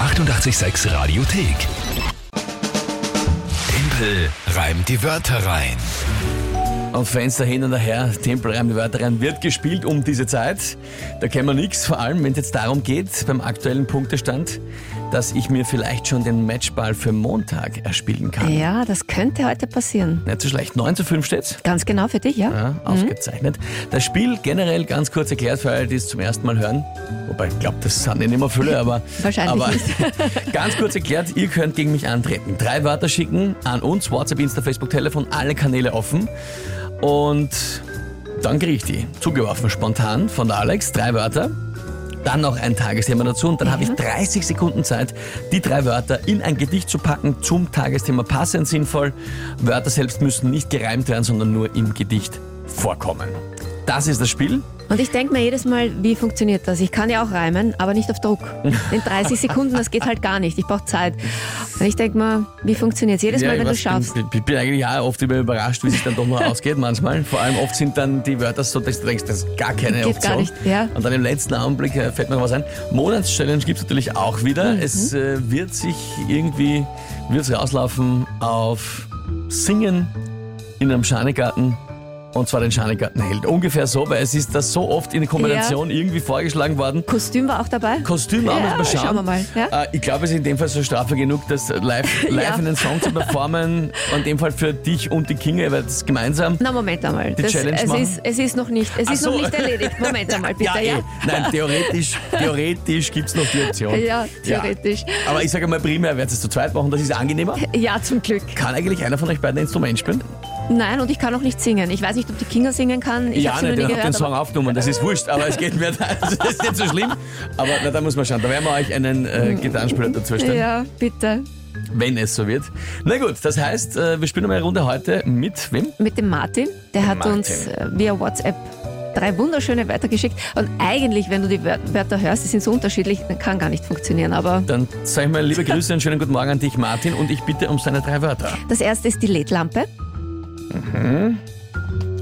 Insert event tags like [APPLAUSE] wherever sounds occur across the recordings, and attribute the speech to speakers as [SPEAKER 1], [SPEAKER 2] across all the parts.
[SPEAKER 1] 886 Radiothek. Tempel reimt die Wörter rein.
[SPEAKER 2] Und Fenster hin und her, Tempelreim, die Wörter rein, wird gespielt um diese Zeit. Da kennen wir nichts, vor allem wenn es jetzt darum geht, beim aktuellen Punktestand, dass ich mir vielleicht schon den Matchball für Montag erspielen kann.
[SPEAKER 3] Ja, das könnte heute passieren.
[SPEAKER 2] Nicht so schlecht, 9 zu 5 steht's.
[SPEAKER 3] Ganz genau für dich, ja?
[SPEAKER 2] Ja, ausgezeichnet. Das Spiel generell ganz kurz erklärt für alle, die es zum ersten Mal hören. Wobei, ich glaube, das sind ja nicht mehr viele, aber,
[SPEAKER 3] [LAUGHS] Wahrscheinlich
[SPEAKER 2] aber [LAUGHS]
[SPEAKER 3] nicht.
[SPEAKER 2] ganz kurz erklärt, ihr könnt gegen mich antreten. Drei Wörter schicken an uns, WhatsApp, Insta, Facebook, Telefon, alle Kanäle offen. Und dann kriege ich die. Zugeworfen, spontan von der Alex, drei Wörter. Dann noch ein Tagesthema dazu und dann habe ich 30 Sekunden Zeit, die drei Wörter in ein Gedicht zu packen, zum Tagesthema passend sinnvoll. Wörter selbst müssen nicht gereimt werden, sondern nur im Gedicht vorkommen. Das ist das Spiel.
[SPEAKER 3] Und ich denke mir jedes Mal, wie funktioniert das? Ich kann ja auch reimen, aber nicht
[SPEAKER 2] [LAUGHS]
[SPEAKER 3] auf Druck. In 30 Sekunden, das geht halt gar nicht. Ich brauche Zeit. Und ich denke mir, wie funktioniert es jedes Mal, wenn du
[SPEAKER 2] ich weiß,
[SPEAKER 3] schaffst?
[SPEAKER 2] bin, bin, bin eigentlich auch oft immer überrascht, wie sich dann doch mal ausgeht manchmal. Vor allem oft sind dann die Wörter so, dass du denkst, das ist gar keine
[SPEAKER 3] Geht
[SPEAKER 2] Option.
[SPEAKER 3] gar nicht, ja.
[SPEAKER 2] Und dann im letzten Augenblick äh, fällt mir noch was ein. Monatschallenge gibt es natürlich auch wieder.
[SPEAKER 3] Mhm.
[SPEAKER 2] Es äh, wird sich irgendwie wird's rauslaufen auf Singen in einem Schanigarten. Und zwar den Schanigartenheld. Ungefähr so, weil es ist das so oft in Kombination irgendwie vorgeschlagen worden.
[SPEAKER 3] Kostüm war auch dabei?
[SPEAKER 2] Kostüm auch, muss
[SPEAKER 3] Ja,
[SPEAKER 2] man schauen.
[SPEAKER 3] schauen wir mal, ja.
[SPEAKER 2] Äh, ich glaube, es ist in dem Fall so Strafe genug, das live, live
[SPEAKER 3] [LAUGHS] Ja.
[SPEAKER 2] in den Song zu performen. Und in dem Fall für dich und die Kinga, weil das gemeinsam.
[SPEAKER 3] Na, Moment einmal.
[SPEAKER 2] Die Challenge
[SPEAKER 3] es,
[SPEAKER 2] machen?
[SPEAKER 3] ist, es ist noch nicht, es
[SPEAKER 2] Ach
[SPEAKER 3] ist
[SPEAKER 2] so.
[SPEAKER 3] noch nicht erledigt.
[SPEAKER 2] [LAUGHS]
[SPEAKER 3] Moment einmal, bitte,
[SPEAKER 2] eh.
[SPEAKER 3] ja?
[SPEAKER 2] Nein,
[SPEAKER 3] [LAUGHS]
[SPEAKER 2] theoretisch, theoretisch gibt es noch die Option.
[SPEAKER 3] Ja, theoretisch.
[SPEAKER 2] Aber ich sage mal, primär werdet ihr es zu zweit machen, das ist angenehmer.
[SPEAKER 3] Ja, zum Glück.
[SPEAKER 2] Kann eigentlich einer von euch beiden ein Instrument spielen?
[SPEAKER 3] Nein, und ich kann auch nicht singen. Ich weiß nicht, ob die Kinga singen kann. Ich
[SPEAKER 2] ja,
[SPEAKER 3] habe sie
[SPEAKER 2] nicht,
[SPEAKER 3] noch
[SPEAKER 2] ich
[SPEAKER 3] nie
[SPEAKER 2] habe
[SPEAKER 3] gehört.
[SPEAKER 2] den Song aufgenommen, das ist wurscht, aber es geht mir [LAUGHS] da, also das ist nicht so schlimm. Aber na, da muss man schauen, da werden wir euch einen äh, Gitarrenspieler
[SPEAKER 3] aber,
[SPEAKER 2] dazustellen.
[SPEAKER 3] Hm. ja, bitte.
[SPEAKER 2] wenn es so wird. Na gut, das heißt, äh, wir spielen eine Runde heute mit wem?
[SPEAKER 3] mit dem Martin. Der hat
[SPEAKER 2] Martin.
[SPEAKER 3] uns äh, via WhatsApp drei wunderschöne Wörter geschickt. Und eigentlich, wenn du die Wör- Wörter hörst, die sind so unterschiedlich, dann kann gar nicht funktionieren. Aber
[SPEAKER 2] Dann sage ich mal [LAUGHS] liebe Grüße und schönen guten Morgen an dich, Martin, und ich bitte um seine drei Wörter.
[SPEAKER 3] das erste ist die LED-Lampe.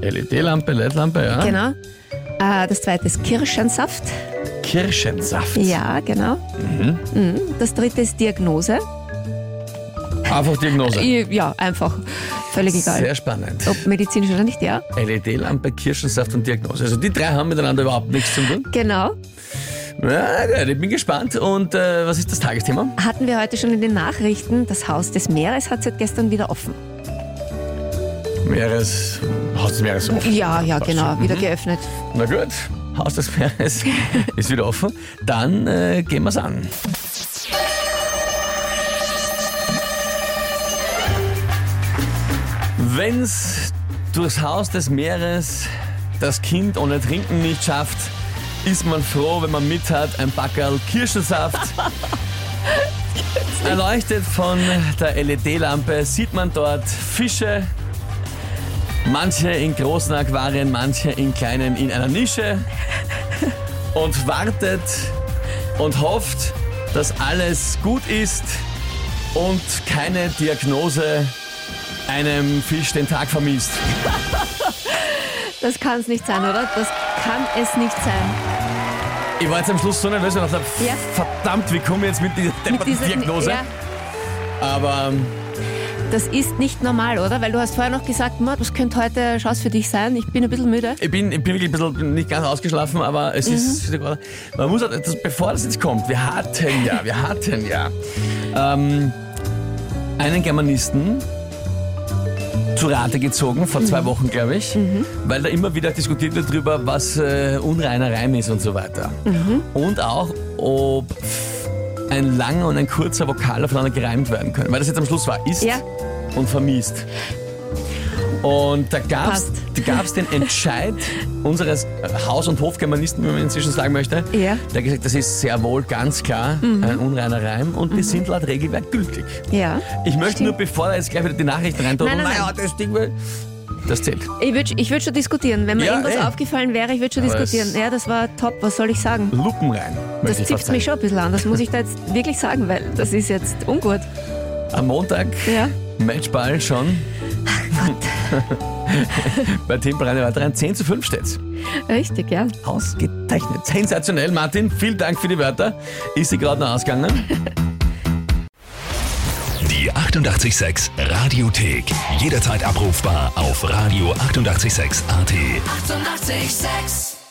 [SPEAKER 2] E LED-Lampe, LED-Lampe, ja.
[SPEAKER 3] Genau. Äh, das zweite ist Kirschensaft.
[SPEAKER 2] Kirschensaft.
[SPEAKER 3] Ja, genau. Mhm. Das dritte ist Diagnose.
[SPEAKER 2] Einfach Diagnose.
[SPEAKER 3] I- Ja, einfach. Völlig egal.
[SPEAKER 2] Sehr spannend.
[SPEAKER 3] Ob medizinisch oder nicht, ja.
[SPEAKER 2] LED-Lampe, Kirschensaft und Diagnose. Also die drei haben miteinander überhaupt nichts zu tun.
[SPEAKER 3] Genau.
[SPEAKER 2] Ja, gut, ich bin gespannt. Und äh, was ist das Tagesthema?
[SPEAKER 3] Hatten wir heute schon in den Nachrichten, das Haus des Meeres hat seit gestern wieder offen.
[SPEAKER 2] Meeres. Haus des Meeres offen.
[SPEAKER 3] Ja, ja,
[SPEAKER 2] Passt
[SPEAKER 3] genau.
[SPEAKER 2] schon.
[SPEAKER 3] Wieder geöffnet.
[SPEAKER 2] Na gut, Haus des Meeres ist wieder offen. Dann äh, gehen wir's an. Wenn's durchs Haus des Meeres das Kind ohne Trinken nicht schafft, ist man froh, wenn man mit hat ein Backerl Kirschensaft. Erleuchtet von der LED-Lampe sieht man dort Fische, Manche in großen Aquarien, manche in kleinen in einer Nische und wartet und hofft, dass alles gut ist und keine Diagnose einem Fisch den Tag vermisst.
[SPEAKER 3] Das kann es nicht sein, oder? Das kann es nicht sein.
[SPEAKER 2] Ich war jetzt am Schluss so nervös und dachte,
[SPEAKER 3] Ja.
[SPEAKER 2] verdammt, wie komme ich jetzt mit dieser
[SPEAKER 3] Mit
[SPEAKER 2] depperten
[SPEAKER 3] dieser-
[SPEAKER 2] Diagnose?
[SPEAKER 3] Ja,
[SPEAKER 2] Aber ähm,
[SPEAKER 3] das ist nicht normal, oder? Weil du hast vorher noch gesagt, "Ma, das könnte heute Chance für dich sein. Ich bin ein bisschen müde.
[SPEAKER 2] Ich bin, ich bin wirklich ein bisschen nicht ganz ausgeschlafen, aber es ist. Man muss, halt- das, bevor das jetzt kommt, wir hatten ja, wir hatten ja ähm, einen Germanisten zu Rate gezogen, vor zwei Wochen, glaube ich, weil da immer wieder diskutiert wird darüber, was äh, unreiner Reim ist und so weiter. Und auch, ob ein langer und ein kurzer Vokal aufeinander gereimt werden können, weil das jetzt am Schluss war, ist
[SPEAKER 3] Ja.
[SPEAKER 2] und vermisst. Und da gab's
[SPEAKER 3] Passt.
[SPEAKER 2] da gab's den
[SPEAKER 3] [LAUGHS]
[SPEAKER 2] Entscheid unseres äh, Haus- und Hofgermanisten, wie man inzwischen sagen möchte,
[SPEAKER 3] Ja. Mhm.
[SPEAKER 2] der gesagt, das ist sehr wohl ganz klar ein unreiner Reim und wir sind laut Regelwerk gültig.
[SPEAKER 3] Ja.
[SPEAKER 2] Ich möchte
[SPEAKER 3] Stimmt.
[SPEAKER 2] nur, bevor er jetzt gleich wieder die Nachricht reintut,
[SPEAKER 3] Nein, nein,
[SPEAKER 2] naja, das Ding will. Das zählt.
[SPEAKER 3] Ich würde ich würd schon diskutieren. Wenn mir
[SPEAKER 2] Ja,
[SPEAKER 3] irgendwas
[SPEAKER 2] ey.
[SPEAKER 3] aufgefallen wäre, ich würde schon
[SPEAKER 2] Aber
[SPEAKER 3] diskutieren.
[SPEAKER 2] es-
[SPEAKER 3] Ja, das war top. Was soll ich sagen?
[SPEAKER 2] Lupen rein.
[SPEAKER 3] Das
[SPEAKER 2] möchte ich
[SPEAKER 3] zipft
[SPEAKER 2] fast
[SPEAKER 3] mich
[SPEAKER 2] sagen.
[SPEAKER 3] schon ein bisschen an. Das muss ich da jetzt wirklich sagen, weil das ist jetzt ungut.
[SPEAKER 2] Am Montag,
[SPEAKER 3] Ja.
[SPEAKER 2] Matchball schon. [LAUGHS] Bei Tempel rein, 10 zu 5 steht's.
[SPEAKER 3] Richtig, ja.
[SPEAKER 2] Ausgezeichnet. Sensationell, Martin. Vielen Dank für die Wörter. Ist sie gerade noch ausgegangen?
[SPEAKER 1] Die 886 Radiothek. Jederzeit abrufbar auf radio886.at. 886!
[SPEAKER 4] 886